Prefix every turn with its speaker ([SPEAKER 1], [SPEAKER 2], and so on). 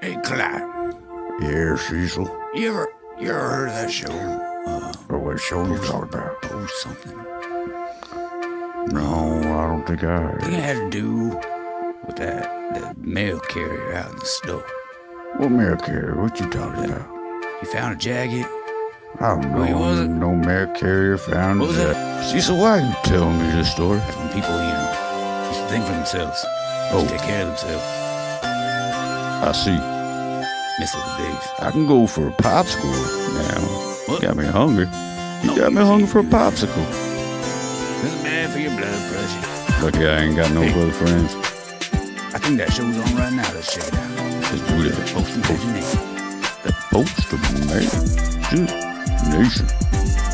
[SPEAKER 1] Hey, Clyde,
[SPEAKER 2] Yeah, Cecil.
[SPEAKER 1] you ever, you ever heard of that show?
[SPEAKER 2] But what show you talking about?
[SPEAKER 1] Post something.
[SPEAKER 2] No, I don't think I
[SPEAKER 1] I
[SPEAKER 2] heard.
[SPEAKER 1] think it had to do with that, that mail carrier out in the snow.
[SPEAKER 2] What mail carrier? What you talking about?
[SPEAKER 1] He found a jacket.
[SPEAKER 2] I don't
[SPEAKER 1] Wait,
[SPEAKER 2] know.
[SPEAKER 1] was it-
[SPEAKER 2] No mail carrier found.
[SPEAKER 1] What was it?
[SPEAKER 2] Cecil, why you telling me this story?
[SPEAKER 1] That's when people, you know, just think for themselves. Just
[SPEAKER 2] Oh.
[SPEAKER 1] take care of themselves.
[SPEAKER 2] I see.
[SPEAKER 1] Miss little days.
[SPEAKER 2] I can go for a popsicle now.
[SPEAKER 1] What?
[SPEAKER 2] Got me hungry. You got me hungry for a popsicle.
[SPEAKER 1] This is bad for your blood pressure.
[SPEAKER 2] Lucky I ain't got no
[SPEAKER 1] Hey.
[SPEAKER 2] other friends.
[SPEAKER 1] I think that show's on right now. Let's check it out.
[SPEAKER 2] Let's do that.
[SPEAKER 1] Post and post your name.
[SPEAKER 2] Post of the nation. Shit. Nation.